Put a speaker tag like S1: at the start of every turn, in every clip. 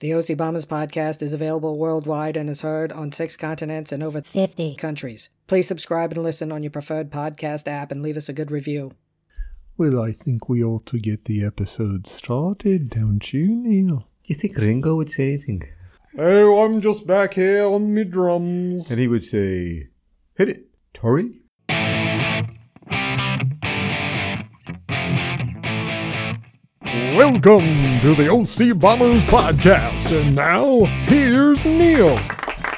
S1: The OC Bombers podcast is available worldwide and is heard on six continents and over
S2: 50.
S1: countries. Please subscribe and listen on your preferred podcast app and leave us a good review.
S3: Well, I think we ought to get the episode started, don't you, Neil?
S4: You think Ringo would say anything?
S3: Oh, I'm just back here on me drums.
S4: And he would say, hit it, Tori.
S3: Welcome to the OC Bombers podcast. And now, here's Neil.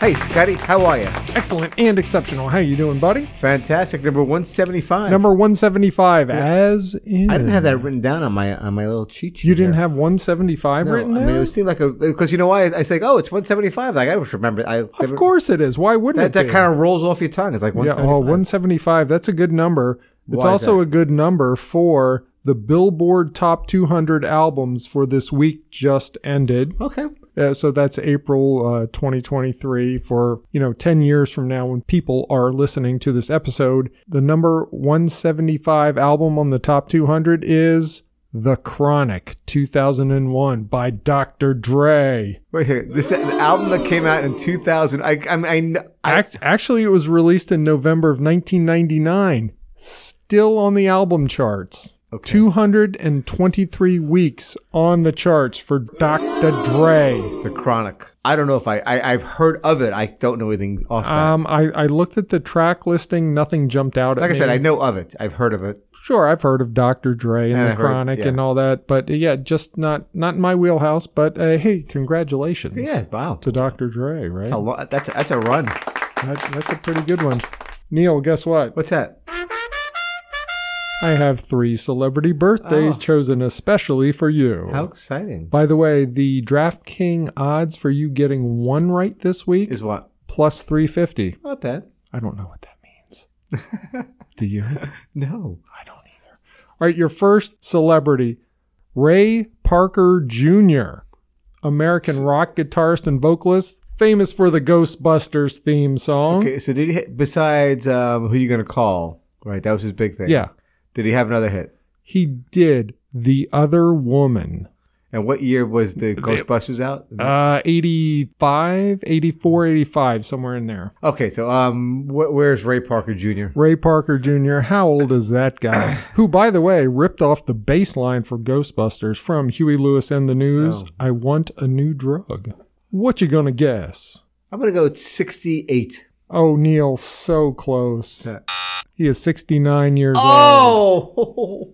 S4: Hey, Scotty, how are you?
S3: Excellent and exceptional. How you doing, buddy?
S4: Fantastic. Number 175.
S3: Number 175, as in.
S4: I didn't have that written down on my on my little cheat sheet.
S3: You didn't
S4: there.
S3: have 175
S4: No,
S3: written
S4: I
S3: down?
S4: mean, it seemed like a because you know why I, I say, oh, it's 175. Like I just remember. I
S3: of course it is. Why wouldn't
S4: that,
S3: it
S4: that
S3: be?
S4: kind of rolls off your tongue. It's like
S3: Yeah,
S4: 175.
S3: oh, 175. That's a good number. It's
S4: Why is
S3: also
S4: that?
S3: a good number for the Billboard Top 200 albums for this week just ended.
S4: Okay.
S3: Uh, so that's April uh, 2023. For you know, 10 years from now, when people are listening to this episode, the number 175 album on the top 200 is The Chronic 2001 by Dr. Dre.
S4: Wait a second. This the album that came out in 2000. I I, mean, I, kn- I
S3: Act- actually, it was released in November of 1999. Still on the album charts. 223 weeks on the charts for Dr. Dre.
S4: the Chronic. I don't know if I, I I've heard of it. I don't know anything off that.
S3: Um, I, I looked at the track listing. Nothing jumped out at
S4: like I
S3: me.
S4: said, I know of it. I've heard of it.
S3: sure I've heard of Dr. Dre and,
S4: And
S3: the
S4: I've heard-
S3: Chronic
S4: yeah.
S3: and all that, but uh, yeah, just not not in my wheelhouse. But uh, hey, congratulations!
S4: Yeah. Wow.
S3: to Dr. Dre, right?
S4: That's a, lo- that's, that's a run.
S3: That, that's a pretty good one. Neil, guess what?
S4: What's that?
S3: I have three celebrity birthdays
S4: Oh.
S3: chosen especially for you.
S4: How exciting.
S3: By the way, the DraftKings odds for you getting one right this week
S4: Is
S3: is
S4: what?
S3: plus 350.
S4: Not bad.
S3: I don't know what that means. Do you?
S4: No.
S3: I don't either. All right, your first celebrity, Ray Parker Jr., American rock guitarist and vocalist, famous for the Ghostbusters theme song.
S4: Okay, so did he hit, besides um, who you gonna call? Right, that was his big thing.
S3: Yeah,
S4: Did he have another hit?
S3: he did The Other Woman.
S4: And what year was the Ghostbusters out?
S3: Uh, 85, 84, 85, somewhere in there.
S4: okay, so um, wh- where's Ray Parker Jr.?
S3: Ray Parker Jr., how old is that guy? Who, by the way, ripped off the bass line for Ghostbusters from Huey Lewis and the News. I want a new drug. What you gonna guess?
S4: I'm gonna go 68.
S3: Oh, Neil, so close.
S4: Yeah.
S3: He is 69 years old.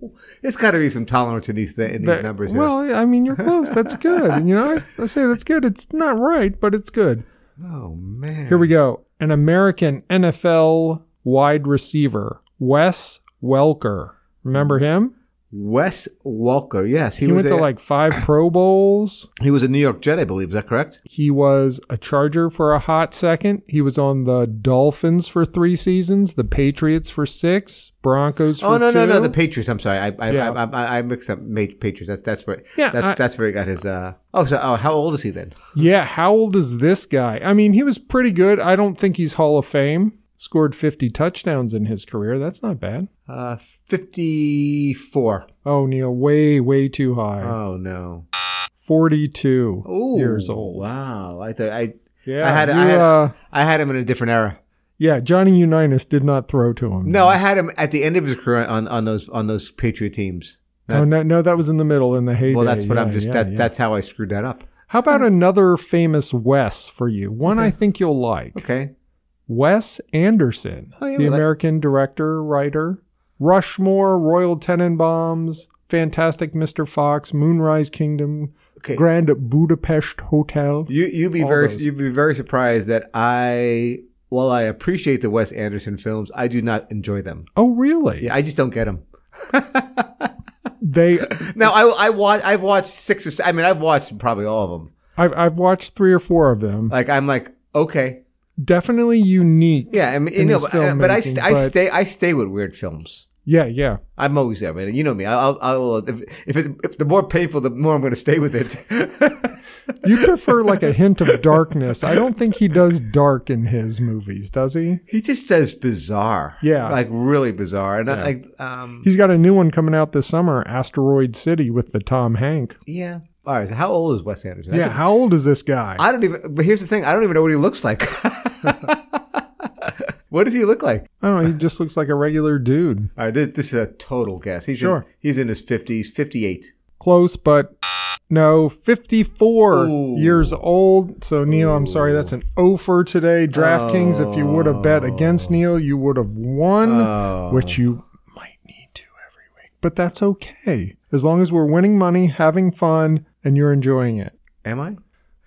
S4: Oh, it's got to be some tolerance in these th- in these
S3: That-
S4: numbers. here.
S3: well, I mean, you're close. That's good. And, you know, I, I say that's good. It's not right, but it's good.
S4: oh man.
S3: Here we go. An American NFL wide receiver, Wes Welker. Remember him?
S4: Wes Walker. Yes,
S3: He,
S4: was
S3: went
S4: a,
S3: to like five Pro Bowls.
S4: he was a New York Jet, I believe. Is that correct?
S3: He was a Charger for a hot second. He was on the Dolphins for three seasons, the Patriots for six, Broncos for
S4: Oh no
S3: two.
S4: no no the Patriots. I'm sorry, I I,
S3: Yeah.
S4: I, I, I mixed up Ma- Patriots. That's that's where
S3: Yeah,
S4: that's,
S3: I-
S4: that's where he got his. Uh, oh so oh how old is he then?
S3: Yeah, how old is this guy? I mean, he was pretty good. I don't think he's Hall of Fame. Scored 50 touchdowns in his career. That's not bad.
S4: Uh, fifty four.
S3: Oh, Neil, way, way too high.
S4: Oh no.
S3: 42
S4: Ooh,
S3: years old.
S4: Wow, I thought I
S3: Yeah,
S4: I had-
S3: you,
S4: I had-
S3: uh,
S4: I had him in a different era.
S3: yeah, Johnny Unitas did not throw to him.
S4: No, I had him at the end of his career on, on those on those Patriot teams.
S3: oh, no, no, that was in the middle in the heyday.
S4: Well, that's what
S3: Yeah,
S4: I'm just.
S3: yeah,
S4: that, Hmm.
S3: yeah.
S4: That's how I screwed that up.
S3: How about another famous Wes for you? One I think you'll like.
S4: Okay.
S3: Wes Anderson,
S4: Oh, yeah,
S3: the
S4: well, that-
S3: American director, writer, Rushmore, Royal Tenenbaums, Fantastic Mr. Fox, Moonrise Kingdom,
S4: Okay.
S3: Grand Budapest Hotel.
S4: You you'd be
S3: All
S4: very
S3: those.
S4: you'd be very surprised that I while I appreciate the Wes Anderson films, I do not enjoy them.
S3: Oh, really?
S4: Yeah, I just don't get them.
S3: They,
S4: Now I I watch I've watched six or se- I mean I've watched probably all of them.
S3: I've, I've watched three or four of them.
S4: Like I'm like okay
S3: Definitely unique.
S4: yeah I mean you
S3: In
S4: know
S3: his
S4: but, I- but I
S3: filmmaking,
S4: st- I
S3: but-
S4: stay I stay with weird films.
S3: Yeah, yeah.
S4: I'm always there, man. You know me. I'll, I'll, I'll if if, it's, if the more painful, the more I'm going to stay with it.
S3: You prefer like a hint of darkness. I don't think he does dark in his movies, does he?
S4: he just does bizarre,
S3: Yeah.
S4: like really bizarre. And I,
S3: Yeah.
S4: like, um,
S3: He's got a new one coming out this summer, Asteroid City, with the Tom Hank.
S4: yeah, All right. So how old is Wes Anderson?
S3: Yeah, how old is this guy?
S4: I don't even. But here's the thing: I don't even know what he looks like. what does he look like?
S3: I don't know. He just looks like a regular dude.
S4: All right, this, this is a total guess. He's
S3: Sure.
S4: In, he's in his fifties, fifty-eight.
S3: Close, but no, 54
S4: Ooh.
S3: years old. So, Neil, I'm sorry. That's an over today. DraftKings, if you would have bet
S4: Oh.
S3: against Neil, you would have won, which you might need to every week. But that's okay. As long as we're winning money, having fun, and you're enjoying it.
S4: Am I?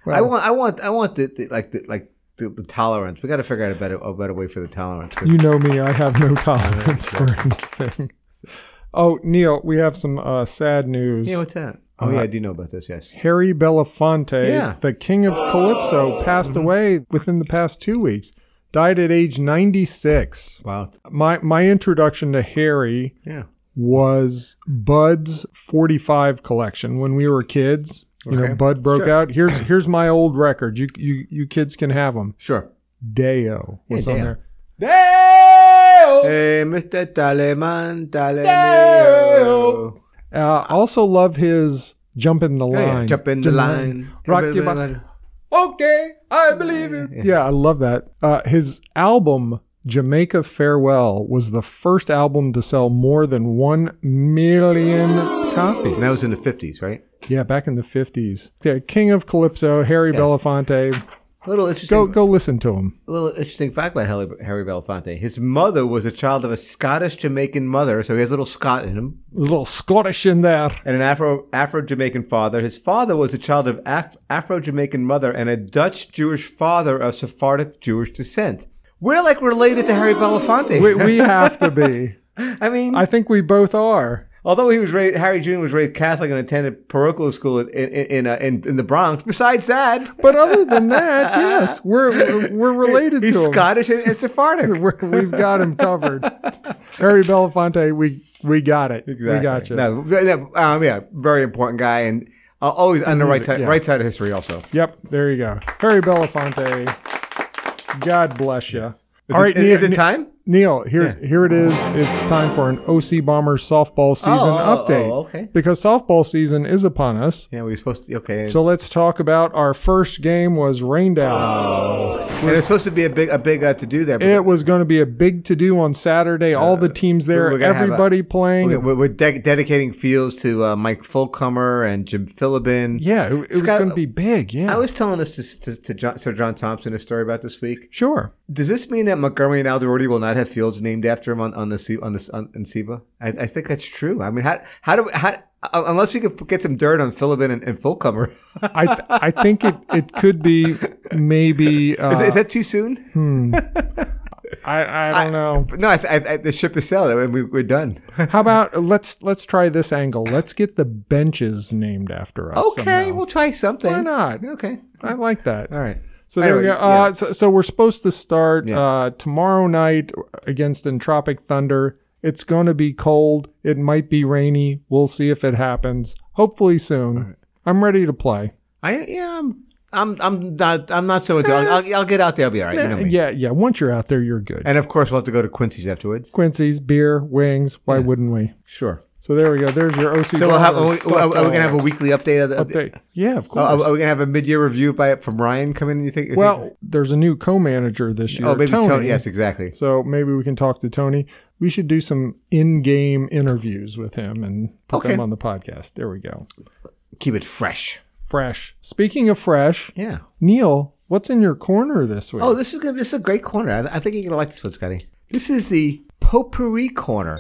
S3: Well-
S4: I want. I want. I want the, the like the like the, the tolerance. We got to figure out a better a better way for the tolerance.
S3: You know me, I have no tolerance for anything. Oh, Neil, we have some uh, sad news.
S4: yeah, what's that?
S3: Uh,
S4: Oh yeah, I do know about this. Yes.
S3: Harry Belafonte,
S4: Yeah. Mm-hmm.
S3: the king of Calypso, passed away within the past two weeks. Died at age 96.
S4: Wow.
S3: My my introduction to Harry
S4: Yeah.
S3: was Bud's 45 collection when we were kids. You
S4: Okay.
S3: know, Bud broke
S4: Sure.
S3: out. Here's here's my old record. You you you kids can have them.
S4: Sure.
S3: Deo was
S4: Yeah,
S3: on
S4: Deo.
S3: there. Oh.
S4: Hey, Mr. Taleman, Talemio.
S3: Uh, I also love his jump in the
S4: Oh,
S3: line.
S4: yeah, Jump in the line.
S3: Rock your body. Okay, I believe it. Yeah, I love that. Uh, his album, Jamaica Farewell, was the first album to sell more than 1 million copies.
S4: And that was in the fifties, right?
S3: yeah, back in the 50s. Yeah, King of Calypso, Harry Belafonte.
S4: A little interesting.
S3: Go, go listen to him.
S4: A little interesting fact about Harry, Harry Belafonte. His mother was a child of a Scottish Jamaican mother, so he has a little Scot in him,
S3: A little Scottish in there.
S4: and an Afro Afro Jamaican father. His father was a child of Af- Afro Jamaican mother and a Dutch Jewish father of Sephardic Jewish descent. We're like related to Harry Belafonte.
S3: We, we have to be.
S4: I mean,
S3: I think we both are.
S4: although he was raised, Harry Jr. was raised Catholic and attended parochial school in in in, uh, in, in the Bronx. Besides that,
S3: But other than that, yes, we're we're related
S4: he's
S3: to him.
S4: Scottish and, and Sephardic.
S3: We're, we've got him covered. Harry Belafonte, we we got it. We got you.
S4: No, th- th- um, yeah, very important guy, and uh, always on the right side,
S3: yeah.
S4: right side of history. Also,
S3: Yep, there you go. Harry Belafonte. God bless you.
S4: Is
S3: All
S4: it-
S3: right,
S4: is,
S3: Neil,
S4: is it time?
S3: Neil, here here it is. It's time for an OC Bomber softball season
S4: oh, oh,
S3: update.
S4: okay.
S3: Because softball season is upon us.
S4: Yeah, we were supposed to. Okay,
S3: So let's talk about our first game was rained
S4: Oh.
S3: out.
S4: and it's supposed to be a big, a big uh, to do there. But
S3: it was going to be a big to do on Saturday. All the teams there,
S4: Uh, we're gonna have a-
S3: everybody playing.
S4: we're, we're de- dedicating fields to uh, Mike Fulcomer and Jim Philibin.
S3: yeah, it, it was
S4: Scott,
S3: going to be big. Yeah,
S4: I was telling this to, to, to John, Sir John Thompson a story about this week.
S3: sure.
S4: Does this mean that Montgomery and Alderworthy will not have fields named after him on, on the C- on the on, in SIBA? I, I think that's true. I mean, how how do how uh, unless we could get some dirt on Philibin and, and Fulcomer?
S3: I th- I think it, it could be maybe. Uh,
S4: Is, is that too soon?
S3: I I don't know.
S4: No, I, th- I, I, the ship is sailed. I mean, we, we're done.
S3: How about let's let's try this angle. Let's get the benches named after us.
S4: okay,
S3: somehow.
S4: we'll try something.
S3: why not?
S4: Okay,
S3: I like that.
S4: all right.
S3: So there we go.
S4: Anyway,
S3: Uh,
S4: yeah.
S3: so, so we're supposed to start uh, tomorrow night against Entropic Thunder. It's going to be cold. It might be rainy. We'll see if it happens. Hopefully soon. I'm ready to play.
S4: I yeah, I'm I'm I'm not I'm not so into. I'll, I'll, I'll get out there. I'll be all right. You know me.
S3: Yeah, yeah. Once you're out there, you're good.
S4: And of course, we'll have to go to Quincy's afterwards.
S3: Quincy's beer, wings. Why wouldn't we?
S4: Sure.
S3: So there we go. There's your OC.
S4: So we'll have. Are we,
S3: Bombers
S4: are we
S3: softball
S4: going to have a weekly update Oh, of the? uh,
S3: update. Yeah, of
S4: Are,
S3: course.
S4: are we going to have a mid-year review by from Ryan coming? You think? you think-
S3: well, there's a new co-manager this year.
S4: oh, maybe Tony. Yes, exactly.
S3: So maybe we can talk to Tony. We should do some in-game interviews with him and put
S4: Okay.
S3: them on the podcast. There we go.
S4: Keep it fresh.
S3: Fresh. Speaking of fresh,
S4: Yeah.
S3: Neil, what's in your corner this week?
S4: Oh, this is gonna this is a great corner. I, I think you're gonna like this one, Scotty. This is the potpourri corner.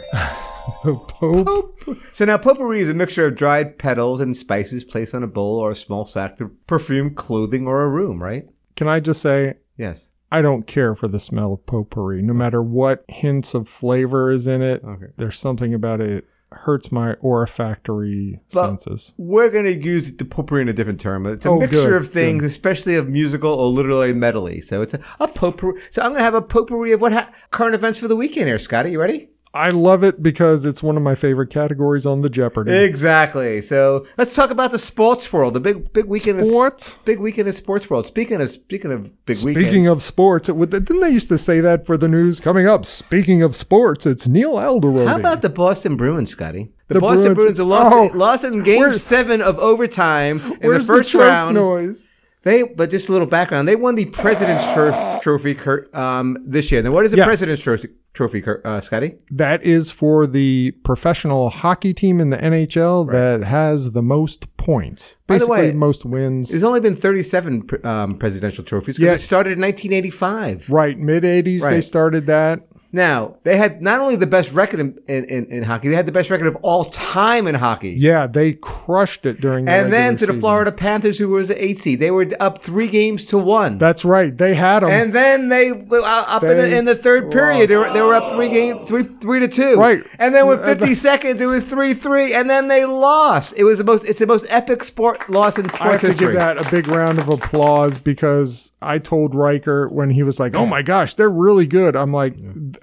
S3: Pope.
S4: So now potpourri is a mixture of dried petals and spices placed on a bowl or a small sack to perfume clothing or a room, right?
S3: Can I just say
S4: Yes.
S3: I don't care for the smell of potpourri, no matter what hints of flavor is in it.
S4: Okay.
S3: There's something about it. it hurts my olfactory
S4: But-
S3: senses.
S4: We're going to use the potpourri in a different term. It's a
S3: Oh,
S4: mixture
S3: good,
S4: of things, especially of musical or literary medley. So it's a, a potpourri. So I'm going to have a potpourri of what ha- current events for the weekend here, Scotty. You ready?
S3: I love it because it's one of my favorite categories on the Jeopardy.
S4: Exactly. So let's talk about the sports world. The big big weekend. Is,
S3: What?
S4: big weekend in sports world. Speaking of speaking of big weekends.
S3: Speaking of sports, it would, didn't they used to say that for the news coming up? Speaking of sports, it's Neil Alderweireld.
S4: How about the Boston Bruins, Scotty? The,
S3: The
S4: Boston
S3: Bruins-
S4: Bruins, lost,
S3: Oh.
S4: lost in Game
S3: Where's-
S4: Seven of overtime in the
S3: Where's
S4: first
S3: the choke
S4: round.
S3: noise?
S4: They, but just a little background. They won the President's Tro- Trophy Kurt, um, this year. Now, what is the
S3: Yes.
S4: President's Tro- Trophy, Kurt, uh, Scotty?
S3: That is for the professional hockey team in the NHL that has the most points.
S4: the
S3: Basically,
S4: way,
S3: most wins.
S4: There's only been 37 pr- um, presidential trophies because
S3: Yeah.
S4: it started in 1985.
S3: right, mid 80s, they
S4: Right.
S3: started that.
S4: Now, they had not only the best record in, in, in, in hockey, they had the best record of all time in hockey.
S3: Yeah, they crushed it during the
S4: and then
S3: regular
S4: to the
S3: season.
S4: Florida Panthers, who was the eight seed. They were up three games to one.
S3: That's right. They had them.
S4: and then they were up in,
S3: They
S4: the, in the third period. They were, they were up three game three three to two.
S3: Right.
S4: And then with
S3: Uh, the-
S4: 50 seconds, it was three three. And then they lost. It was the most. It's the most epic sport loss in
S3: I have
S4: sports
S3: to
S4: history.
S3: give that a big round of applause because I told Riker when he was like, "Oh my gosh, they're really good." I'm like,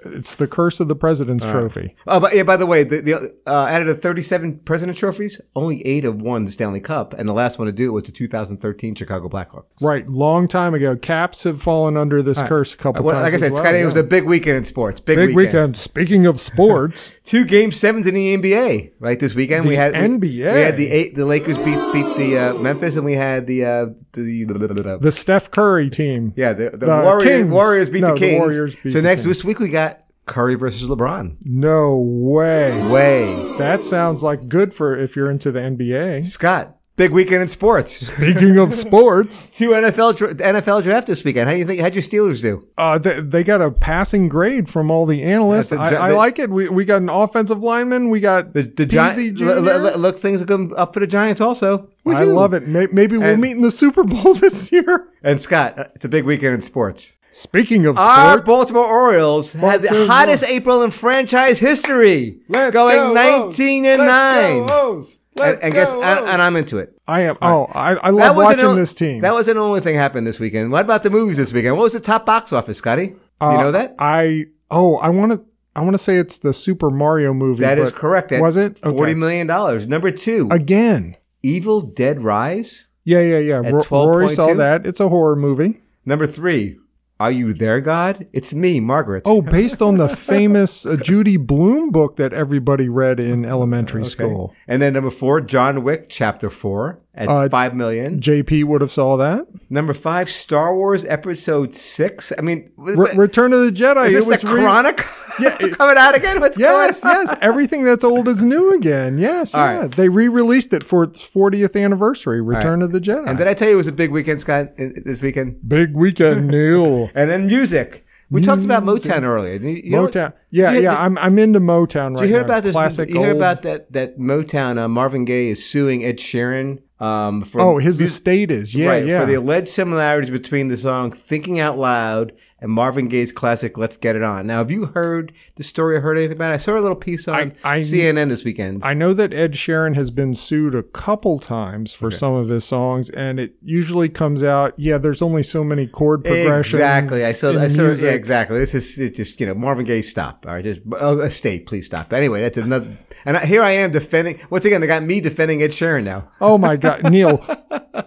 S3: "It's the curse of the President's Trophy."
S4: Oh, but yeah, by the way, the, the uh, out of the 37 President trophies, only eight have won the Stanley Cup, and the last one to do it was the 2013 Chicago Blackhawks.
S3: Right, long time ago. Caps have fallen under this curse a couple
S4: Well,
S3: times.
S4: like I
S3: as
S4: said,
S3: well,
S4: Scotty,
S3: yeah.
S4: it was a big weekend in sports. Big,
S3: big
S4: weekend.
S3: weekend. Speaking of sports,
S4: Two game sevens in the NBA. Right this weekend we
S3: The
S4: had we-
S3: NBA.
S4: We had the eight, the Lakers beat beat the uh, Memphis, and we had the uh, the,
S3: the Steph Curry team.
S4: yeah the, the,
S3: the
S4: Warriors
S3: Kings.
S4: Warriors beat
S3: No,
S4: the
S3: the
S4: Kings.
S3: Warriors beat
S4: so
S3: the
S4: next
S3: Kings.
S4: this week we got Curry versus LeBron.
S3: No way.
S4: Way
S3: That sounds like good for if you're into the NBA.
S4: Scott, big weekend in sports.
S3: Speaking of sports,
S4: Two NFL dra- NFL draft this weekend. How do you think? How'd your Steelers do?
S3: uh, they, they got a passing grade from all the analysts.
S4: That's a
S3: I,
S4: ju-
S3: I
S4: they-
S3: like it. We, we got an offensive lineman. We got
S4: The, the
S3: Peasy
S4: Giants. Look,
S3: Jr..
S4: things are going up for the Giants also.
S3: I
S4: Woohoo.
S3: love it. May- Maybe we'll
S4: And-
S3: meet in the Super Bowl this year.
S4: And Scott, uh, it's a big weekend in sports.
S3: Speaking of
S4: Our
S3: sports,
S4: Baltimore Orioles had the
S3: Baltimore.
S4: hottest April in franchise history,
S3: Let's
S4: going
S3: go, O's.
S4: 19 and nine.
S3: Let's go, O's.
S4: and,
S3: Let's
S4: and guess,
S3: go,
S4: and,
S3: O's.
S4: and I'm into it.
S3: I am. Oh, I, I love
S4: wasn't
S3: watching
S4: the only-
S3: this team.
S4: That wasn't the only thing happened this weekend. What about the movies this weekend? What was the top box office, Scotty? Do you
S3: Uh,
S4: know that?
S3: I oh, I want to. I want to say it's the Super Mario movie.
S4: That is
S3: but
S4: correct. At
S3: was it
S4: forty million dollars? Number two,
S3: again?
S4: Evil Dead Rise.
S3: Yeah, yeah, yeah.
S4: At
S3: Ro- Rory saw
S4: 12.2?
S3: that. It's a horror movie.
S4: Number three, Are You There, God? It's me, Margaret.
S3: Oh, based on the famous uh, Judy Bloom book that everybody read in
S4: Mm,
S3: elementary school.
S4: And then number four, John Wick, Chapter Four, at
S3: Uh,
S4: five million.
S3: JP would have saw that.
S4: Number five, Star Wars Episode Six. I mean, w-
S3: Re-
S4: w-
S3: Return of the Jedi.
S4: is this
S3: it was
S4: the
S3: re-
S4: chronic coming out again? What's
S3: Yes,
S4: going on?
S3: yes. Everything that's old is new again. Yes,
S4: All
S3: yeah.
S4: right.
S3: They re-released it for its 40th anniversary. Return of the Jedi.
S4: And did I tell you it was a big weekend, Scott? i- This weekend,
S3: Big weekend, Neil.
S4: and then music. We talked about Motown earlier. You, you know-
S3: Motown. Yeah,
S4: you-
S3: yeah. I'm I'm into Motown right
S4: Did you hear
S3: now.
S4: about this?
S3: Classic.
S4: you hear
S3: old-
S4: about that? That Motown. Uh, Marvin Gaye is suing Ed Sheeran. Um, for
S3: Oh, his estate is. Yeah,
S4: right,
S3: yeah.
S4: for the alleged similarities between the song Thinking Out Loud and Marvin Gaye's classic Let's Get It On. Now, have you heard the story or heard anything about it? I saw a little piece on
S3: I-
S4: CNN this weekend.
S3: I know that Ed Sheeran has been sued a couple times for some of his songs, and it usually comes out. Yeah, there's only so many chord progressions.
S4: Exactly. I saw.
S3: in
S4: I saw. Yeah,
S3: music.
S4: exactly. This is it just you know Marvin Gaye. Stop. All right. Just uh, estate. Please stop. Anyway, that's another. And I, here I am defending. Once again, they got me defending Ed Sheeran now.
S3: Oh my God, Neil,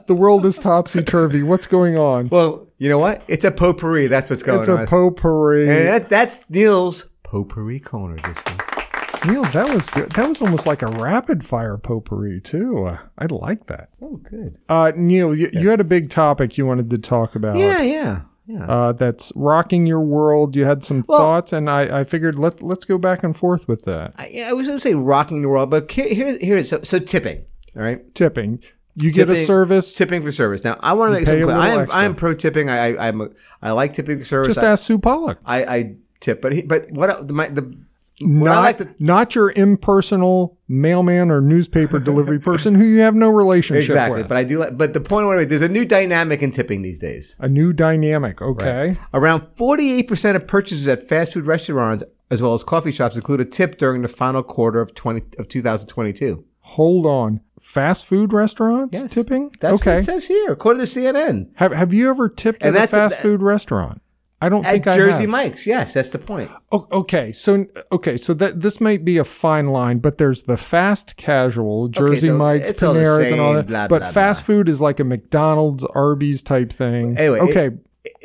S3: the world is topsy turvy. What's going on?
S4: Well, you know what? It's a potpourri. That's what's going
S3: it's
S4: on. Eh?
S3: a potpourri.
S4: and that, that's Neil's potpourri corner this week.
S3: Neil, that was good. That was almost like a rapid fire potpourri too. Uh, I like that.
S4: Oh, good.
S3: Uh, Neil, you, you had a big topic you wanted to talk about.
S4: Yeah, yeah, yeah.
S3: uh, that's rocking your world. You had some
S4: Well-
S3: thoughts, and I, I figured let let's go back and forth with that.
S4: I, Uh, yeah, I was going to say rocking the world, but here, here, here it is. So, so tipping, all right?
S3: Tipping, you get a
S4: Tipping-
S3: service.
S4: Tipping for service. Now, I want to make
S3: pay
S4: something
S3: a
S4: clear. I
S3: little
S4: am, I am
S3: extra.
S4: pro tipping. I, I, I'm, a, I like tipping for service.
S3: Just
S4: I,
S3: ask Sue Pollock.
S4: I, I tip, but he, but what I- my the what I
S3: Not,
S4: like to
S3: not your impersonal mailman or newspaper delivery person who you have no relationship
S4: exactly,
S3: with.
S4: but I do like. But the point I want to make there's a new dynamic in tipping these days.
S3: a new dynamic. Okay.
S4: Around 48 percent of purchases at fast food restaurants as well as coffee shops include a tip during the final quarter of 20 of 2022.
S3: Hold on. Fast food restaurants
S4: Yes.
S3: tipping?
S4: That's
S3: okay.
S4: what it says here, according to CNN.
S3: Have Have you ever tipped
S4: And
S3: at a
S4: that's a-
S3: fast food restaurant? I don't
S4: At
S3: think I
S4: Jersey
S3: have.
S4: Mike's, yes, that's the point.
S3: O- okay, so okay, so that this might be a fine line, but there's the fast casual, Jersey
S4: so
S3: Mike's,
S4: it's all the
S3: Panera's, and all
S4: same,
S3: that.
S4: blah,
S3: but
S4: blah,
S3: fast food is like a McDonald's, Arby's type thing.
S4: Anyway,
S3: okay,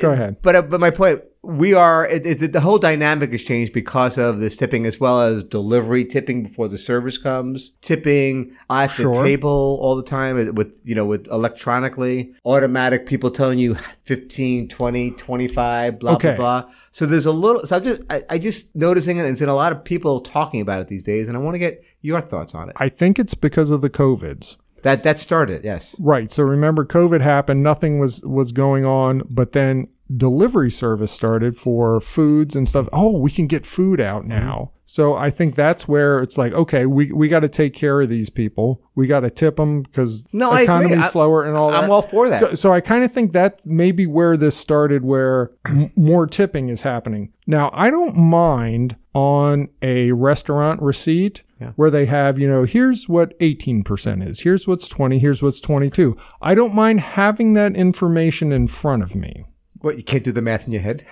S3: go ahead.
S4: But uh, but my point, we are it, it, the whole dynamic has changed because of this tipping as well as delivery tipping before the service comes tipping at the
S3: Sure.
S4: table all the time with you know with electronically automatic people telling you 15 20 25 blah
S3: Okay.
S4: blah blah so there's a little so i'm just i, I just noticing it and seeing a lot of people talking about it these days and i want to get your thoughts on it
S3: I think it's because of the COVIDs.
S4: that that started yes
S3: Right. So remember COVID happened, nothing was was going on, but then delivery service started for foods and stuff. Oh, we can get food out
S4: Mm-hmm.
S3: now. So I think that's where it's like, okay, we, we got to take care of these people. We got to tip them because
S4: No, I agree.
S3: economy's
S4: I-
S3: slower and all that.
S4: i'm all for that
S3: So, so I kind of think that may be where this started, where m- more tipping is happening. Now, I don't mind on a restaurant receipt where they have, you know, here's what 18% is, here's what's 20, here's what's 22. I don't mind having that information in front of me.
S4: what you can't do the math in your head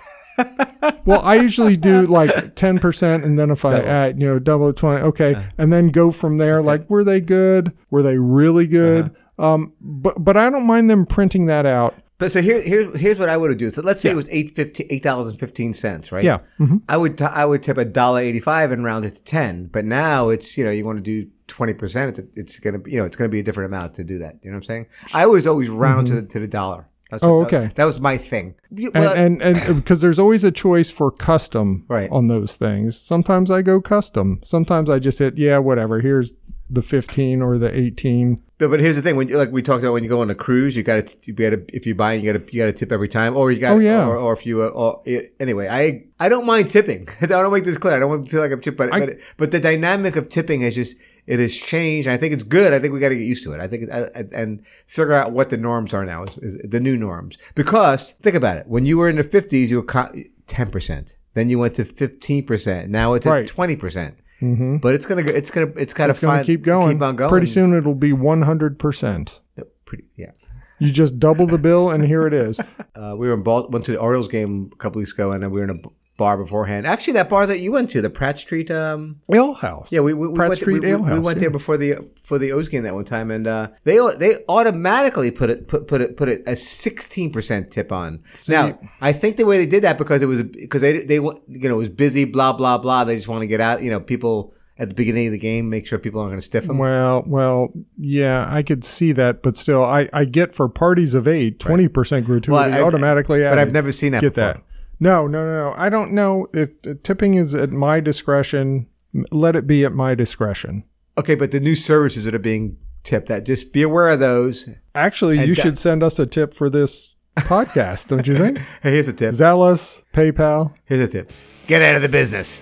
S3: Well, I usually do like 10%, and then if I add, you know, double the 20, okay, and then go from there. Like, were they good? Were they really good? Um, but but I don't mind them printing that out.
S4: But so here, here, here's what I would do. So let's say it was eight fifteen, eight dollars and fifteen cents, right?
S3: Yeah. Mhm.
S4: I would, t- I would tip a dollar eighty five and round it to ten. But now it's, you know, you want to do twenty percent. It's, it's gonna, be, you know, it's gonna be a different amount to do that. You know what I'm saying? I was always round to the to the dollar. That's
S3: Oh,
S4: what- that-
S3: okay.
S4: That, was my thing. You- well,
S3: and and and because there's always a choice for custom
S4: Right.
S3: on those things. Sometimes I go custom. Sometimes I just hit yeah, whatever. Here's the 15 or the 18.
S4: but, but here's the thing: when you, like we talked about, when you go on a cruise, you got to, you got to, if you buy, you got to, you got to tip every time, or you got,
S3: Oh, yeah.
S4: or, or if you, uh, or, anyway, I, I don't mind tipping. I don't make this clear. I don't want to feel like I'm tipping, but, but, but the dynamic of tipping has just it has changed. And I think it's good. I think we got to get used to it. I think it, I, I- and figure out what the norms are now is, is the new norms. Because think about it: when you were in the 50s, you were ten percent. Then you went to 15%. Now it's
S3: Right.
S4: at 20%. Mm-hmm. But it's gonna go, it's gonna it's gotta
S3: It's going to
S4: find-
S3: keep going.
S4: keep on going
S3: Pretty soon it'll be 100%.
S4: Pretty, yeah.
S3: You just double the bill and here it is.
S4: Uh, we were in Bal- went to the Orioles game a couple weeks ago, and then we were in a b- bar beforehand. Actually, that bar that you went to, the Pratt Street. Um,
S3: Ale house.
S4: yeah, we, we, we
S3: Pratt
S4: went,
S3: Street
S4: we, we-
S3: Ale
S4: we
S3: House,
S4: went
S3: yeah.
S4: there before the for the O's game that one time, and uh, they au- they automatically put it put put it put it a sixteen percent tip on. Now, I think the way they did that because it was because they they wa- you know it was busy, blah blah blah. They just want to get out. You know, people at the beginning of the game make sure people aren't going to stiff them.
S3: Well, well, yeah, I could see that, but still, I, I get for parties of eight, twenty percent gratuity
S4: Well, I've-
S3: automatically.
S4: but I've
S3: added.
S4: never seen that
S3: Get
S4: before.
S3: that? No, no, no, no. I don't know. If, if tipping is at my discretion, m- let it be at my discretion.
S4: Okay, but the new services that are being tipped at, just be aware of those.
S3: Actually, you
S4: that-
S3: should send us a tip for this podcast, don't you think?
S4: Hey, here's a tip.
S3: Zealous PayPal.
S4: Here's a tip. Get out of the business.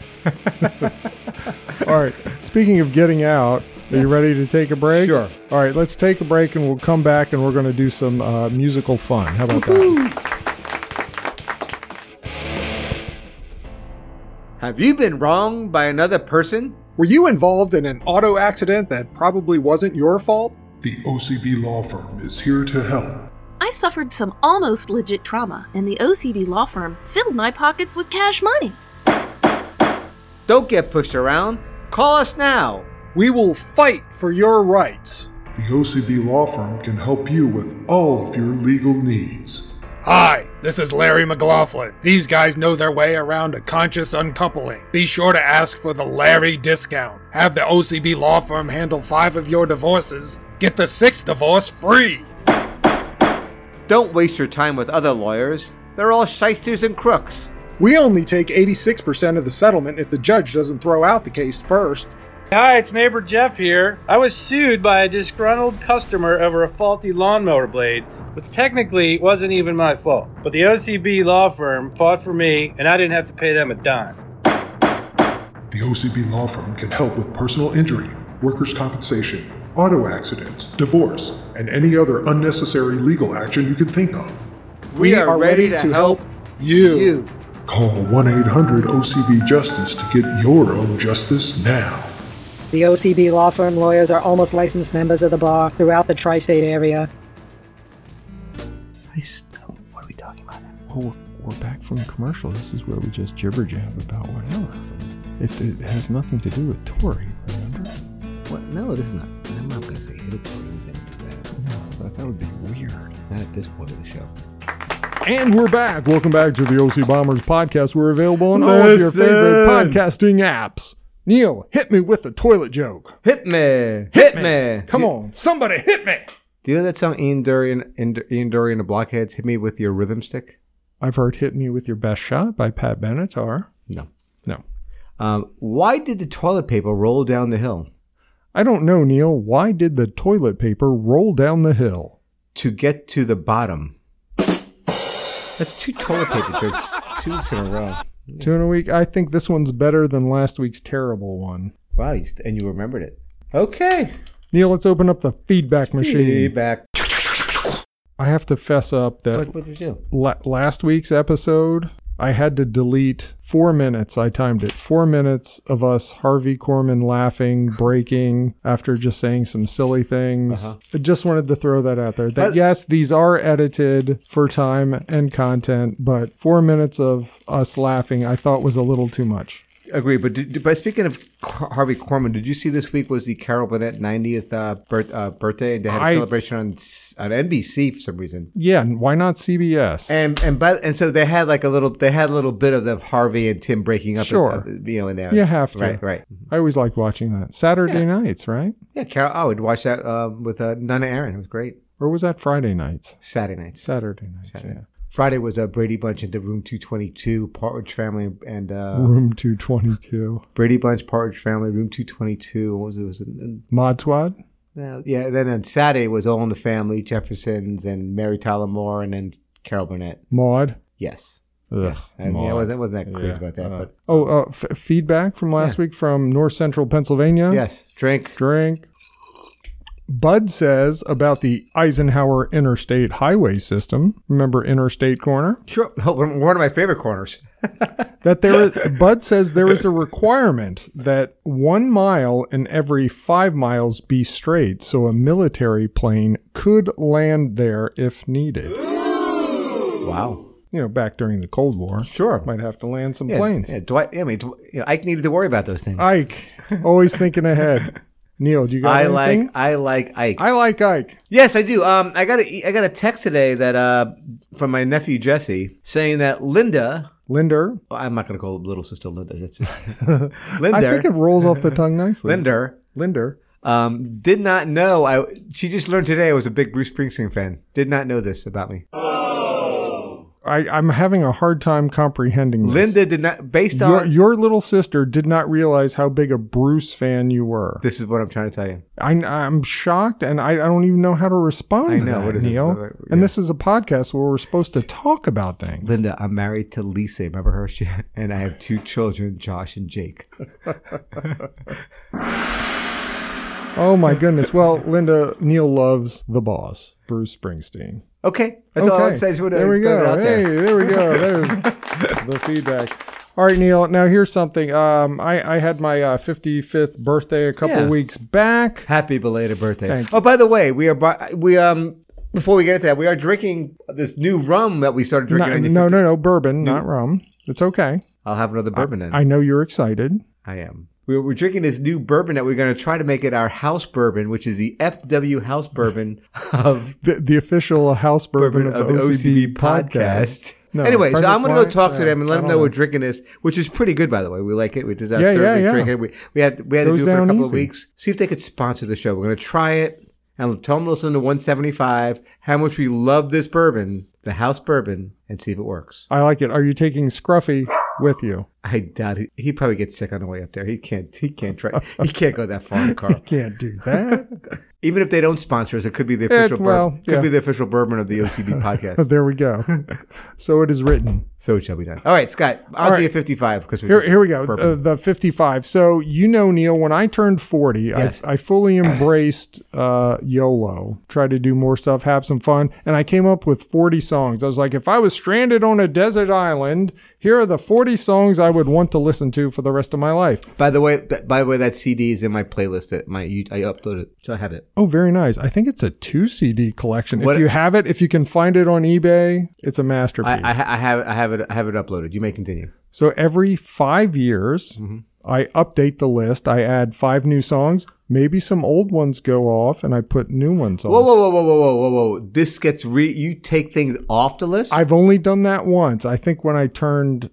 S3: All right. Speaking of getting out, are you ready to take a break?
S4: Sure.
S3: All right, let's take a break and we'll come back and we're going to do some uh, musical fun. How about that?
S4: Have you been wronged by another person?
S3: Were you involved in an auto accident that probably wasn't your fault?
S2: The OCB Law Firm is here to help.
S5: I suffered some almost legit trauma, and the OCB law firm filled my pockets with cash money.
S4: Don't get pushed around. Call us now.
S3: We will fight for your rights.
S2: The OCB Law Firm can help you with all of your legal needs.
S6: Hi, this is Larry McLaughlin. These guys know their way around a conscious uncoupling. Be sure to ask for the Larry discount. Have the OCB law firm handle five of your divorces. Get the sixth divorce free.
S4: Don't waste your time with other lawyers. They're all shysters and crooks.
S3: We only take 86% of the settlement if the judge doesn't throw out the case first.
S7: Hi, it's neighbor Jeff here. I was sued by a disgruntled customer over a faulty lawnmower blade, which technically wasn't even my fault. But the OCB law firm fought for me, and I didn't have to pay them a dime.
S2: The OCB Law Firm can help with personal injury, workers' compensation, auto accidents, divorce, and any other unnecessary legal action you can think of.
S4: We, are, ready, to, help,
S6: You.
S4: you.
S2: Call 1 800 OCB Justice to get your own justice now.
S1: The OCB law firm lawyers are almost licensed members of the bar throughout the tri state area.
S4: What are we talking about?
S3: Well, we're, we're back from commercial. This is where we just gibber jab about whatever. It, it has nothing to do with Tori, remember?
S4: What? No, it is not. I'm not going to say hit it or anything like that.
S3: No, that, that would be weird.
S4: Not at this point of the show.
S3: And we're back. Welcome back to the OC Bombers podcast. We're available on all of your favorite
S4: Listen.
S3: podcasting apps. Neil, hit me with a toilet joke.
S4: Hit me. Hit me.
S3: Come on, somebody hit me.
S4: Do you know that song Ian Dury and Ian Dury and the Blockheads hit me with your rhythm stick?
S3: I've heard Hit Me With Your Best Shot by Pat Benatar.
S4: No.
S3: No.
S4: Um, why did the toilet paper roll down the hill?
S3: I don't know, Neil. Why did the toilet paper roll down the hill?
S4: To get to the bottom. That's two toilet paper jokes, two weeks in a row.
S3: Two in a week. I think this one's better than last week's terrible one.
S4: Wow, you st- and you remembered it. Okay.
S3: Neil, let's open up the feedback machine.
S4: Back.
S3: I have to fess up that
S4: What, what did you do?
S3: la- last week's episode, I had to delete four minutes. I timed it. Four minutes of us, Harvey Corman laughing, breaking after just saying some silly things. I just wanted to throw that out there. That
S4: Uh-huh. But-
S3: yes, these are edited for time and content, but four minutes of us laughing, I thought was a little too much.
S4: Agree, but did, but speaking of Car- Harvey Korman, did you see this week was the Carol Burnett 90th uh, birth, uh, birthday, and they had a
S3: I-
S4: celebration on s- on NBC for some reason.
S3: Yeah, and why not CBS?
S4: And and by, and so they had like a little they had a little bit of the Harvey and Tim breaking up.
S3: Sure.
S4: uh, you know, in there.
S3: You have to.
S4: Right, right.
S3: I always like watching that. Saturday nights, right?
S4: Yeah, Carol. I would watch that um, with uh, Nana Aaron. It was great.
S3: Or was that Friday nights?
S4: Saturday nights.
S3: Saturday nights,
S4: Friday was uh, Brady Bunch into Room 222, Partridge Family, and uh,
S3: yeah. Room 222.
S4: Brady Bunch, Partridge Family, Room 222. What was it? It was an-
S3: Mod Squad?
S4: Now, yeah, then on Saturday was All in the Family, Jeffersons, and Mary Tyler Moore, and then Carol Burnett.
S3: Mod.
S4: Yes.
S3: Ugh,
S4: And yeah, I
S3: Maude.
S4: wasn't, wasn't that crazy
S3: Yeah,
S4: about that.
S3: uh,
S4: but
S3: Oh, uh, f- feedback from last week from North Central Pennsylvania.
S4: yes, drink.
S3: Drink. Bud says about the Eisenhower Interstate Highway System. Remember Interstate Corner?
S4: Sure. One one of my favorite corners.
S3: That there, is, Bud says there is a requirement that one mile in every five miles be straight, so a military plane could land there if needed.
S4: Wow.
S3: You know, back during the Cold War,
S4: Sure.
S3: might have to land some
S4: Yeah,
S3: planes.
S4: Yeah, Dwight, I mean, Dw- you know, Ike needed to worry about those things.
S3: Ike, always thinking ahead. Neil, do you got
S4: I
S3: anything?
S4: like, I like Ike.
S3: I like Ike.
S4: Yes, I do. Um, I got a, I got a text today that uh, from my nephew Jesse saying that Linda.
S3: Linder.
S4: well, I'm not going to call little sister Linda. That's Linda.
S3: I think it rolls off the tongue nicely.
S4: Linder.
S3: Linder.
S4: Um, did not know. I she just learned today. I was a big Bruce Springsteen fan. Did not know this about me.
S3: Oh, I, I'm having a hard time comprehending this.
S4: Linda did not. Based on
S3: Your, your little sister did not realize how big a Bruce fan you were.
S4: this is what I'm trying to tell you.
S3: I, am shocked, and I, I don't even know how to respond
S4: I
S3: to
S4: know,
S3: that,
S4: what is it?
S3: Neil.
S4: Uh, yeah.
S3: And this is a podcast where we're supposed to talk about things.
S4: Linda, I'm married to Lisa. Remember her? She, and I have two children, Josh and Jake.
S3: Oh my goodness. Well, Linda, Neil loves the boss, Bruce Springsteen.
S4: Okay, that's all I'm saying.
S3: there we go. hey, there. we go. There's the feedback. All right, Neil. Now here's something. Um, I, I had my uh, 55th birthday a couple
S4: Yeah.
S3: weeks back.
S4: Happy belated birthday.
S3: Thank
S4: oh, by the way, we are bu- we um before we get into that, we are drinking this new rum that we started
S3: Not-
S4: drinking. on your
S3: no,
S4: 50
S3: no, no, bourbon, not rum. It's okay.
S4: I'll have another bourbon then.
S3: I know you're excited.
S4: I am. We're, we're drinking this new bourbon that we're going to try to make it our house bourbon, which is the FW house bourbon of
S3: The, the official house bourbon,
S4: bourbon
S3: of the OCB, podcast. No,
S4: anyway, so
S3: Frederick
S4: I'm going to go
S3: White?
S4: talk to
S3: Yeah,
S4: them and
S3: uh, I
S4: let them
S3: don't
S4: know
S3: know.
S4: we're drinking this, which is pretty good, by the way. We like it. It is our
S3: Yeah,
S4: third
S3: yeah,
S4: week
S3: yeah.
S4: drinking it. We, we had we had
S3: Goes
S4: to do it for
S3: down
S4: a couple of
S3: easy.
S4: weeks. See if they could sponsor the show. We're going to try it and tell them to listen to 175. How much we love this bourbon, the house bourbon, and see if it works.
S3: I like it. Are you taking Scruffy with you?
S4: I doubt he, he probably gets sick on the way up there. He can't. He can't try. he can't go that far in the car.
S3: Can't do that.
S4: Even if they don't sponsor us, it could be the official.
S3: well,
S4: bourbon. could
S3: yeah.
S4: be the official bourbon of the OTB podcast.
S3: there we go. So it is written.
S4: so it shall be done. All right, Scott. I'll
S3: All
S4: do
S3: right.
S4: you 55 because
S3: Here, here we go.
S4: Bourbon.
S3: Uh, the 55. So, you know, Neil, when I turned 40,
S4: Yes.
S3: I, I fully embraced uh, YOLO, tried to do more stuff, have some fun. And I came up with 40 songs. I was like, if I was stranded on a desert island, here are the 40 songs I would want to listen to for the rest of my life.
S4: By the way, th- by the way, that CD is in my playlist. That my you- I uploaded, it, so I have it.
S3: Oh, very nice. I think it's a two CD collection.
S4: What-
S3: If you have it, if you can find it on eBay, it's a masterpiece.
S4: I, I, ha- I have I have it I have it uploaded. You may continue. Mm-hmm.
S3: So every five years, I update the list. I add five new songs. Maybe some old ones go off, and I put new ones on.
S4: Whoa, whoa, whoa, whoa, whoa, whoa, whoa, whoa! This gets re. You take things off the list.
S3: I've only done that once. I think when I turned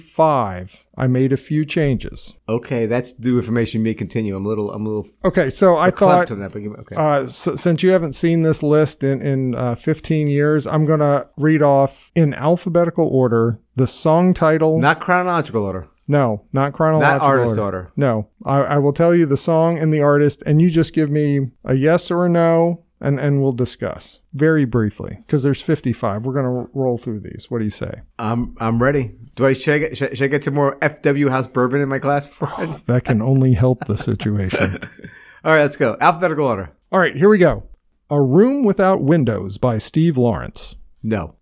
S3: 45, I made a few changes.
S4: okay, that's due information. You may continue. I'm a little. I'm a little.
S3: Okay, so I
S4: Clapped
S3: thought
S4: on that, but give- okay.
S3: Uh, s since you haven't seen this list in, in uh, 15 years, I'm going to read off in alphabetical order the song title.
S4: Not chronological order.
S3: no, not chronological.
S4: Not artist order.
S3: No, I, I will tell you the song and the artist, and you just give me a yes or a no, and, and we'll discuss very briefly because there's 55. We're going to roll through these. What do you say?
S4: I'm. I'm ready. Do I should I get, should, should I get some more FW House Bourbon in my class? Before I-
S3: That can only help the situation.
S4: All right, let's go. Alphabetical order.
S3: All right, here we go. A Room Without Windows by Steve Lawrence.
S4: No,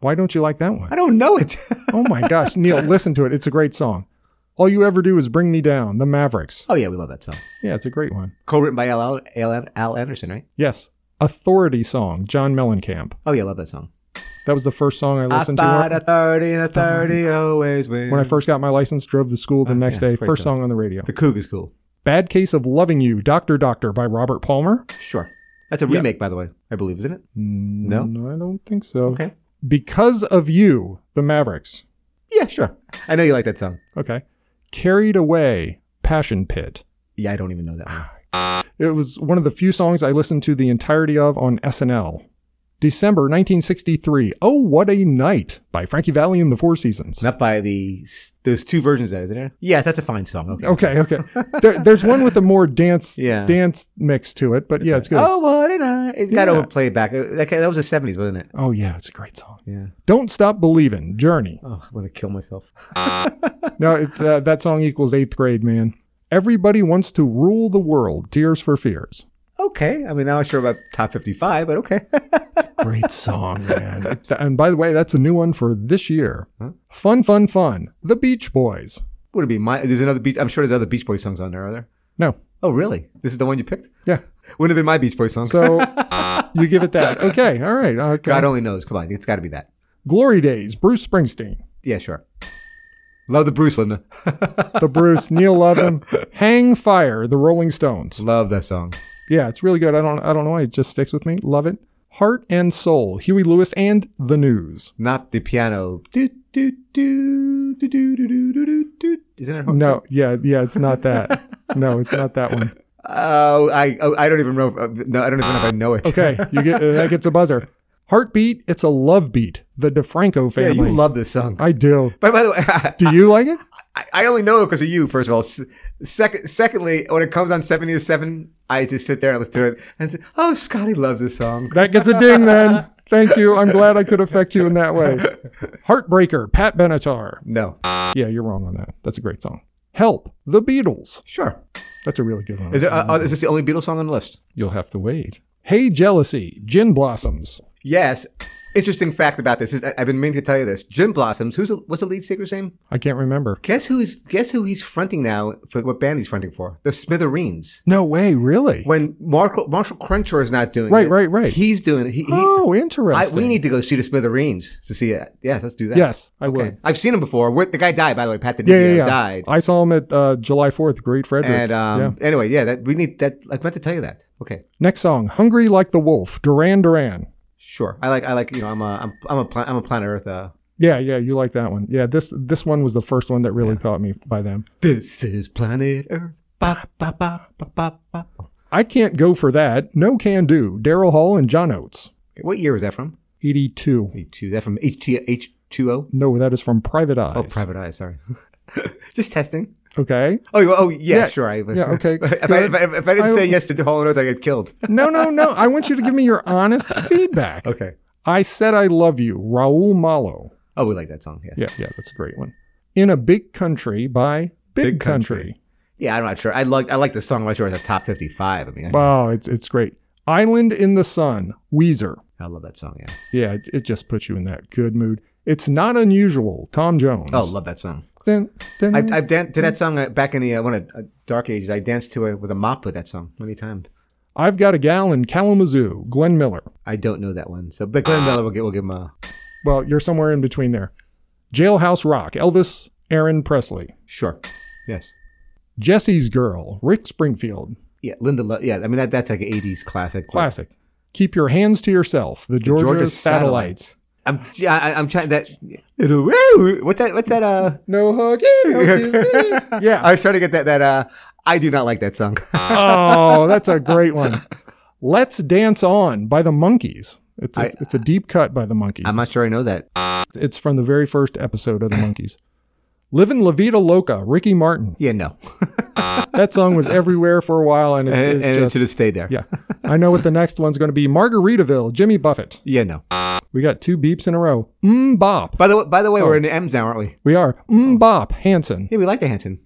S3: Why don't you like that one?
S4: I don't know it.
S3: Oh my gosh, Neil, listen to it. It's a great song. All you ever do is bring me down. The Mavericks.
S4: oh yeah, we love that song.
S3: Yeah, it's a great one.
S4: Co-written by Al, Al, Al, Al Anderson, right?
S3: Yes. Authority song, John Mellencamp.
S4: Oh yeah, I love that song.
S3: That was the first song I listened
S4: I
S3: to
S4: bought a thirty and a thirty always win.
S3: when I first got my license, drove to school the
S4: Oh,
S3: next
S4: yeah,
S3: day.
S4: it's great
S3: First
S4: song.
S3: song on the radio.
S4: the Coug is cool.
S3: Bad Case of Loving You, Doctor Doctor by Robert Palmer.
S4: Sure, that's a remake, by the way. I believe, isn't it? No.
S3: Mm, I don't think so.
S4: Okay.
S3: Because of You, The Mavericks.
S4: Yeah, sure. I know you like that song.
S3: Okay. Carried Away, Passion Pit.
S4: Yeah, I don't even know that one.
S3: It was one of the few songs I listened to the entirety of on SNL. December 1963. Oh, What a Night by Frankie Valley and the Four Seasons.
S4: Not by the there's two versions of that, isn't there? Yes, that's a fine song. Okay.
S3: Okay, okay. there, there's one with a more dance
S4: Yeah.
S3: dance mix to it, but yeah, it's good.
S4: Oh, what did I? It got
S3: Yeah.
S4: overplayed back. Uh, That, that was the '70s, wasn't it?
S3: Oh, yeah, it's a great song.
S4: Yeah.
S3: Don't Stop Believing, Journey.
S4: Oh, I'm gonna kill myself.
S3: No, it's, uh, that song equals eighth grade, man. Everybody Wants to Rule the World, Tears for Fears.
S4: Okay. I mean, I'm not sure about top 55, but okay.
S3: Great song, man. It- And by the way, that's a new one for this year. Fun, fun, fun. The Beach Boys.
S4: Would it be my? There's another beach. I'm sure there's other Beach Boy songs on there. Are there?
S3: No,
S4: Oh, really? This is the one you picked?
S3: yeah.
S4: Wouldn't have been my Beach Boy song.
S3: So you give it that. Okay, all right. Okay.
S4: God only knows. Come on, it's got to be that.
S3: Glory Days, Bruce Springsteen.
S4: Yeah, sure. Love the Bruce Linda.
S3: The Bruce, Neil loves him. Hang Fire, The Rolling Stones.
S4: Love that song.
S3: Yeah, it's really good. I don't I don't know why it just sticks with me. Love it. Heart and Soul, Huey Lewis and The News.
S4: Not the piano. Do do do do do do do do do. do. Isn't it?
S3: No, yeah, yeah, it's not that. No, it's not that one.
S4: Oh, I oh, I don't even know. if- No, I don't even know if I know it.
S3: Okay, you get uh, that gets a buzzer. Heartbeat, it's a love beat. The DeFranco
S4: yeah,
S3: family.
S4: you love this song.
S3: I do.
S4: But by the way,
S3: Do you like it?
S4: I, I only know it because of you. First of all, S- second, secondly, when it comes on seventy to seven, I just sit there and listen to it and say, "Oh, Scotty loves this song."
S3: That gets a ding then. Thank you. I'm glad I could affect you in that way. Heartbreaker, Pat Benatar.
S4: No,
S3: Yeah, you're wrong on that. That's a great song. Help, The Beatles.
S4: sure.
S3: That's a really good one.
S4: Is there? Uh, is this the only Beatles song on the list?
S3: You'll have to wait. Hey, Jealousy, Gin Blossoms.
S4: Yes. Interesting fact about this is I, I've been meaning to tell you this. Jim Blossoms. Who's the, what's the lead singer's name?
S3: I can't remember.
S4: Guess who's guess who he's fronting now for what band he's fronting for? The Smithereens.
S3: No way, really?
S4: When Marshall, Marshall Crenshaw is not doing
S3: Right,
S4: it,
S3: right, right.
S4: He's doing it. He, he,
S3: oh,
S4: I,
S3: interesting.
S4: we need to go see the Smithereens to see it. Yes, let's do that.
S3: Yes, I
S4: Okay.
S3: would.
S4: I've seen him before. Where, the guy died, by the way. Pat DiNizio
S3: Yeah, yeah, yeah.
S4: uh, died.
S3: I saw him at uh, July 4th, Great Frederick.
S4: and um,
S3: Yeah.
S4: anyway, yeah, that we need that. I meant to tell you that. Okay,
S3: Next song, Hungry Like the Wolf, Duran Duran.
S4: sure. I like. I like. You know, I'm a. I'm, I'm a. Plan, I'm a planet Earth. Uh,
S3: Yeah, yeah, you like that one. Yeah, this this one was the first one that really caught me by them.
S4: this is planet Earth. Ba, ba, ba, ba, ba, ba.
S3: I Can't Go For That, No Can Do, Daryl Hall and John Oates.
S4: Okay, What year is that from?
S3: 82.
S4: H two. That from H two H two O.
S3: No, that is from Private Eyes.
S4: Oh, private eye. Sorry. Just testing.
S3: Okay.
S4: Oh, you- oh yeah,
S3: Yeah.
S4: sure. I,
S3: Yeah, okay,
S4: if, I, if, I, if I didn't
S3: I-
S4: say yes to Hall and Oates, I get killed.
S3: No, no, no. I want you to give me your honest feedback.
S4: Okay.
S3: I Said I Love You, Raul Malo.
S4: Oh, we like that song. Yes.
S3: Yeah, yeah, that's a great one. In a Big Country by Big,
S4: Big
S3: Country.
S4: Country. Yeah, I'm not sure. I like I like the song. I'm not sure it's a top 55. I mean, I,
S3: Wow, Oh, it's it's great. Island in the Sun, Weezer.
S4: I love that song. Yeah.
S3: Yeah, it, it just puts you in that good mood. It's not unusual, Tom Jones.
S4: Oh, love that song.
S3: Dun, dun.
S4: I, I dan- did that song uh, back in the uh, one of uh, Dark Ages. I danced to it with a mop with that song many times.
S3: I've got a gal in Kalamazoo, Glenn Miller.
S4: I don't know that one. So, but Glenn Miller will get will give him a
S3: Well, you're somewhere in between there. Jailhouse Rock, Elvis Aaron Presley.
S4: sure. Yes.
S3: Jesse's Girl, Rick Springfield.
S4: Yeah, Linda. Lo- yeah, I mean that, that's like an '80s classic.
S3: Classic. Keep your hands to yourself. The Georgia,
S4: Georgia
S3: satellites.
S4: I'm yeah, I, I'm trying that. What's that? What's that? Uh,
S3: No huggy. no kissy. yeah.
S4: I was trying to get that. That uh, I do not like that song.
S3: oh, that's a great one. Let's Dance On by the Monkees. It's a,
S4: I-
S3: it's a deep cut by the Monkees.
S4: I'm not sure I know that.
S3: it's from the very first episode of the Monkees. Livin' La Vida Loca, Ricky Martin.
S4: Yeah, no.
S3: That song was everywhere for a while, and it's,
S4: and
S3: it's
S4: and it
S3: just
S4: should have stayed there.
S3: yeah. I know what the next one's going to be. Margaritaville, Jimmy Buffett.
S4: Yeah, no.
S3: We got two beeps in a row. Mm bop.
S4: By the way, by the way,
S3: Oh.
S4: we're in the M's now, aren't we?
S3: We are mm bop Hanson.
S4: Yeah, we like the Hanson.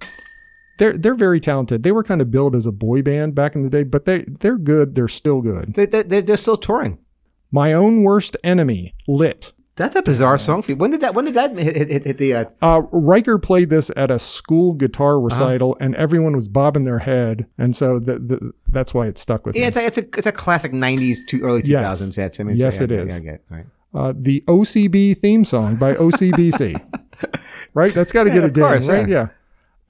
S3: They're they're very talented. They were kind of billed as a boy band back in the day, but they they're good. They're still good.
S4: They, they, they're, they're still touring.
S3: My own worst enemy, Lit.
S4: That's a bizarre song. For you. When did that? When did that hit, hit, hit, hit the? Uh,
S3: Uh, Riker played this at a school
S4: Uh-huh.
S3: guitar recital, and everyone was bobbing their head, and so th th that's why it stuck with
S4: yeah,
S3: me.
S4: it's a, it's a it's a classic '90s to early 2000s.
S3: Yes.
S4: Yeah, I mean,
S3: Yes,
S4: yeah,
S3: it
S4: yeah,
S3: is.
S4: Yeah, I get it. All right.
S3: uh, the OCB theme song by OCBC. right? That's got to get
S4: Yeah,
S3: a
S4: of
S3: ding,
S4: course,
S3: right? Yeah.
S4: yeah.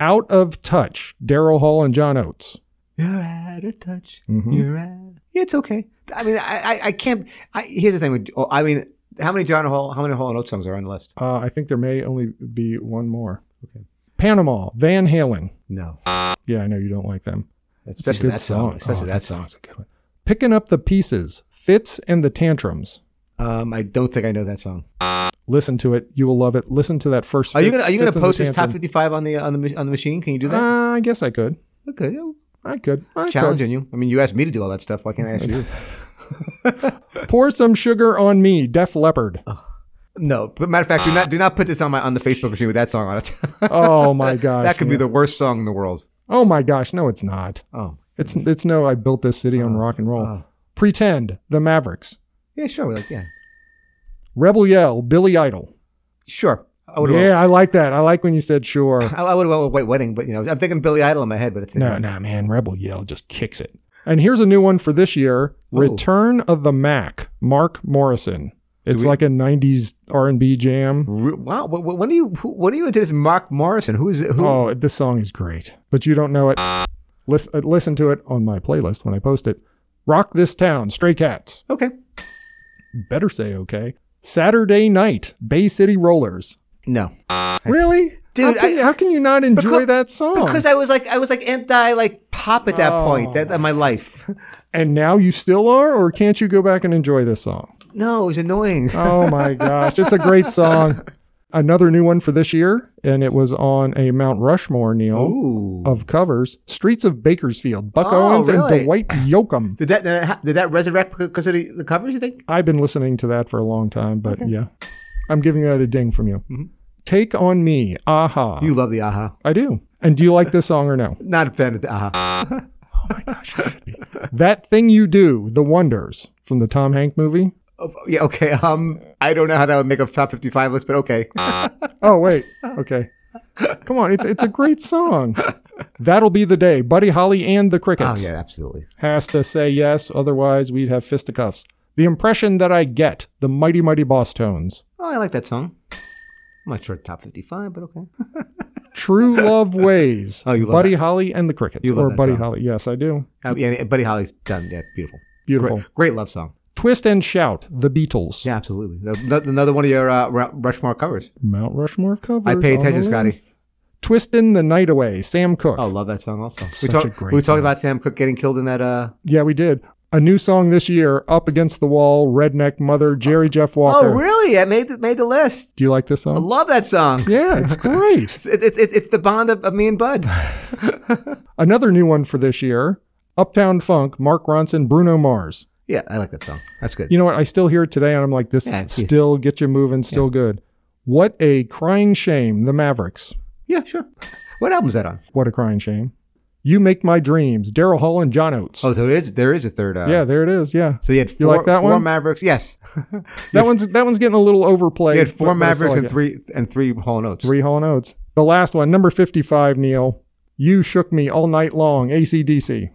S3: Out of Touch, Daryl Hall and John Oates.
S4: You're out of touch. You're out. Mm-hmm. Yeah, it's okay. I mean, I I, I can't. I, here's the thing. With, oh, I mean, how many John Hall, how many Hall and Oates songs are on the list?
S3: Uh, I think there may only be one more. Panama, Van Halen.
S4: No,
S3: Yeah, I know you don't like them. It's
S4: especially that song. Especially
S3: Oh,
S4: that song.
S3: song's a good one. Picking Up the Pieces, Fits and the Tantrums.
S4: Um, I don't think I know that song.
S3: Listen to it. You will love it. Listen to that first.
S4: Are you
S3: Fits-
S4: gonna Are you
S3: Fits and
S4: gonna
S3: the
S4: post this top
S3: Tantrum.
S4: 55 on the on the mach- on the machine? Can you do that?
S3: Uh, I guess I could.
S4: okay. yeah,
S3: I could. I
S4: Challenging you. I mean, you asked me to do all that stuff. Why can't I ask you?
S3: could. Pour some sugar on me, Def Leppard.
S4: No, but matter of fact, do not do not put this on my on the Facebook machine with that song on it.
S3: Oh my gosh.
S4: that could be
S3: yeah.
S4: the worst song in the world.
S3: Oh my gosh, no, it's not.
S4: Oh,
S3: It's it's no. I built this city on rock and roll. Pretend the Mavericks.
S4: yeah, sure. We're like, yeah,
S3: Rebel Yell, Billy Idol.
S4: sure. I would
S3: Yeah, I like that. I like when you said sure.
S4: I, I would have went with White Wedding, but you know, I'm thinking Billy Idol in my head, but it's
S3: no, no, man, Rebel Yell just kicks it. And here's a new one for this year:
S4: Ooh.
S3: Return of the Mac, Mark Morrison. It's
S4: we-
S3: like a '90s R&B jam.
S4: Re- Wow, wh- wh- when do you who, when do you into this Mark Morrison? Who is it? Who?
S3: Oh, this song is great, but you don't know it. Listen, uh, listen to it on my playlist when I post it. Rock this town, Stray Cats.
S4: Okay,
S3: Better say okay. Saturday night, Bay City Rollers.
S4: no,
S3: Really,
S4: Dude,
S3: How can,
S4: I-
S3: how can you not enjoy
S4: Because-
S3: that song?
S4: because I was like I was like anti like pop at that
S3: No.
S4: point that, in my life.
S3: and now you still are, or can't you go back and enjoy this song?
S4: No, it was annoying.
S3: Oh my gosh, it's a great song. Another new one for this year, and it was on a Mount Rushmore, Neil,
S4: Ooh,
S3: of covers. Streets of Bakersfield, Buck
S4: Oh,
S3: Owens
S4: really?
S3: and Dwight Yoakam.
S4: did that uh, ha- did that resurrect because of the, the covers? You think?
S3: I've been listening to that for a long time, but yeah, I'm giving that a ding from you. Take on me, aha.
S4: Mm-hmm. You love the Aha.
S3: I do. And do you like this song or no?
S4: Not a fan of the Aha.
S3: that thing you do, The Wonders from the Tom Hank movie.
S4: Yeah, okay. Um, I don't know how that would make a top fifty-five list, but okay.
S3: Oh wait, okay. Come on, it's, it's a great song. That'll be the day. Buddy Holly and the
S4: Oh
S3: Crickets
S4: yeah, absolutely.
S3: has to say yes, otherwise we'd have fisticuffs. The impression that I get, the mighty mighty boss tones.
S4: Oh, I like that song. I'm not sure top fifty-five, but okay.
S3: True love ways.
S4: Oh, you love
S3: Buddy
S4: that.
S3: Holly and the Crickets.
S4: You love
S3: or
S4: that
S3: Buddy
S4: song.
S3: Holly. Yes, I do.
S4: Uh, yeah, Buddy Holly's done. Yeah, beautiful.
S3: Beautiful.
S4: Great, great love song.
S3: Twist and Shout, The Beatles.
S4: Yeah, absolutely. Ano- Another one of your uh, Ra- Rushmore covers.
S3: Mount Rushmore of covers.
S4: I pay
S3: on the
S4: attention, Scotty.
S3: list. Twistin' the Night Away, Sam Cooke.
S4: Oh, love that song also.
S3: Such
S4: we talked,
S3: a great
S4: we
S3: song.
S4: talked about Sam Cooke getting killed in that. Uh,
S3: Yeah, we did. A new song this year, Up Against the Wall, Redneck Mother, Jerry Jeff
S4: oh,
S3: Walker.
S4: really? It made the, made the list.
S3: Do you like this
S4: I
S3: song?
S4: love that song.
S3: Yeah, it's great.
S4: It's, it's, it's, it's the bond of, of me and Bud.
S3: Another new one for this year, Uptown Funk, Mark Ronson, Bruno Mars.
S4: yeah, I like that song. That's good.
S3: You know what? I still hear it today and I'm like, this
S4: Yeah, it's-
S3: still get you moving, still good. What a crying shame, The Mavericks.
S4: yeah, sure. What album is that on?
S3: What a crying shame. You Make My Dreams, Daryl Hall and John Oates.
S4: Oh, so there is there is a third. Uh,
S3: yeah, there it is. Yeah.
S4: So you had
S3: You
S4: four,
S3: like that
S4: four
S3: one?
S4: Mavericks. Yes.
S3: That one's that one's getting a little overplayed.
S4: you had four
S3: but- but I still
S4: Mavericks
S3: like
S4: and
S3: it.
S4: three and three Hall Notes.
S3: three Hall notes. The last one, number fifty-five, Neil. You shook me all night long. ACDC.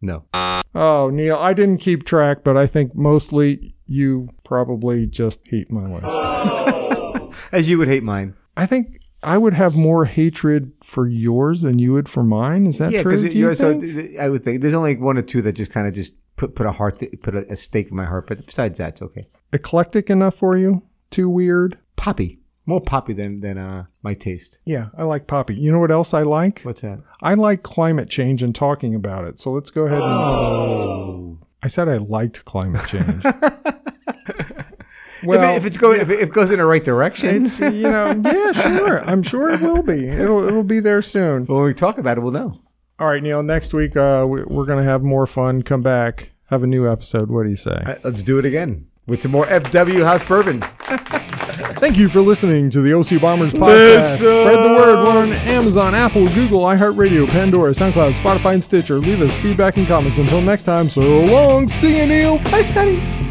S4: No.
S3: Oh, Neil, I didn't keep track, but I think mostly you probably just hate my list.
S4: As you would hate mine.
S3: I think I would have more hatred for yours than you would for mine. Is that
S4: yeah,
S3: true?
S4: because
S3: Do
S4: you
S3: you
S4: are so
S3: think?
S4: I would think there's only one or two that just kind of just put put a heart put a, a stake in my heart. But besides that, it's okay.
S3: Eclectic enough for you? Too weird?
S4: Poppy, more poppy than than uh, my taste.
S3: Yeah, I like Poppy. You know what else I like?
S4: What's that?
S3: I like climate change and talking about it. So let's go ahead and.
S4: Oh.
S3: I said I liked climate change.
S4: If, it, if it's going if, it, if it goes in the right direction,
S3: it's you know yeah sure I'm sure it will be it'll it'll be there soon.
S4: when we talk about it, we'll know.
S3: All right, Neil. Next week uh, we, we're gonna have more fun. Come back, have a new episode. What do you say?
S4: All right, let's do it again with some more FW House Bourbon.
S3: Thank you for listening to the OC Bombers podcast. Spread the word. We're on Amazon, Apple, Google, iHeartRadio, Pandora, SoundCloud, Spotify, and Stitcher. Leave us feedback and comments. Until next time, so long. See you, Neil. Bye, Scotty.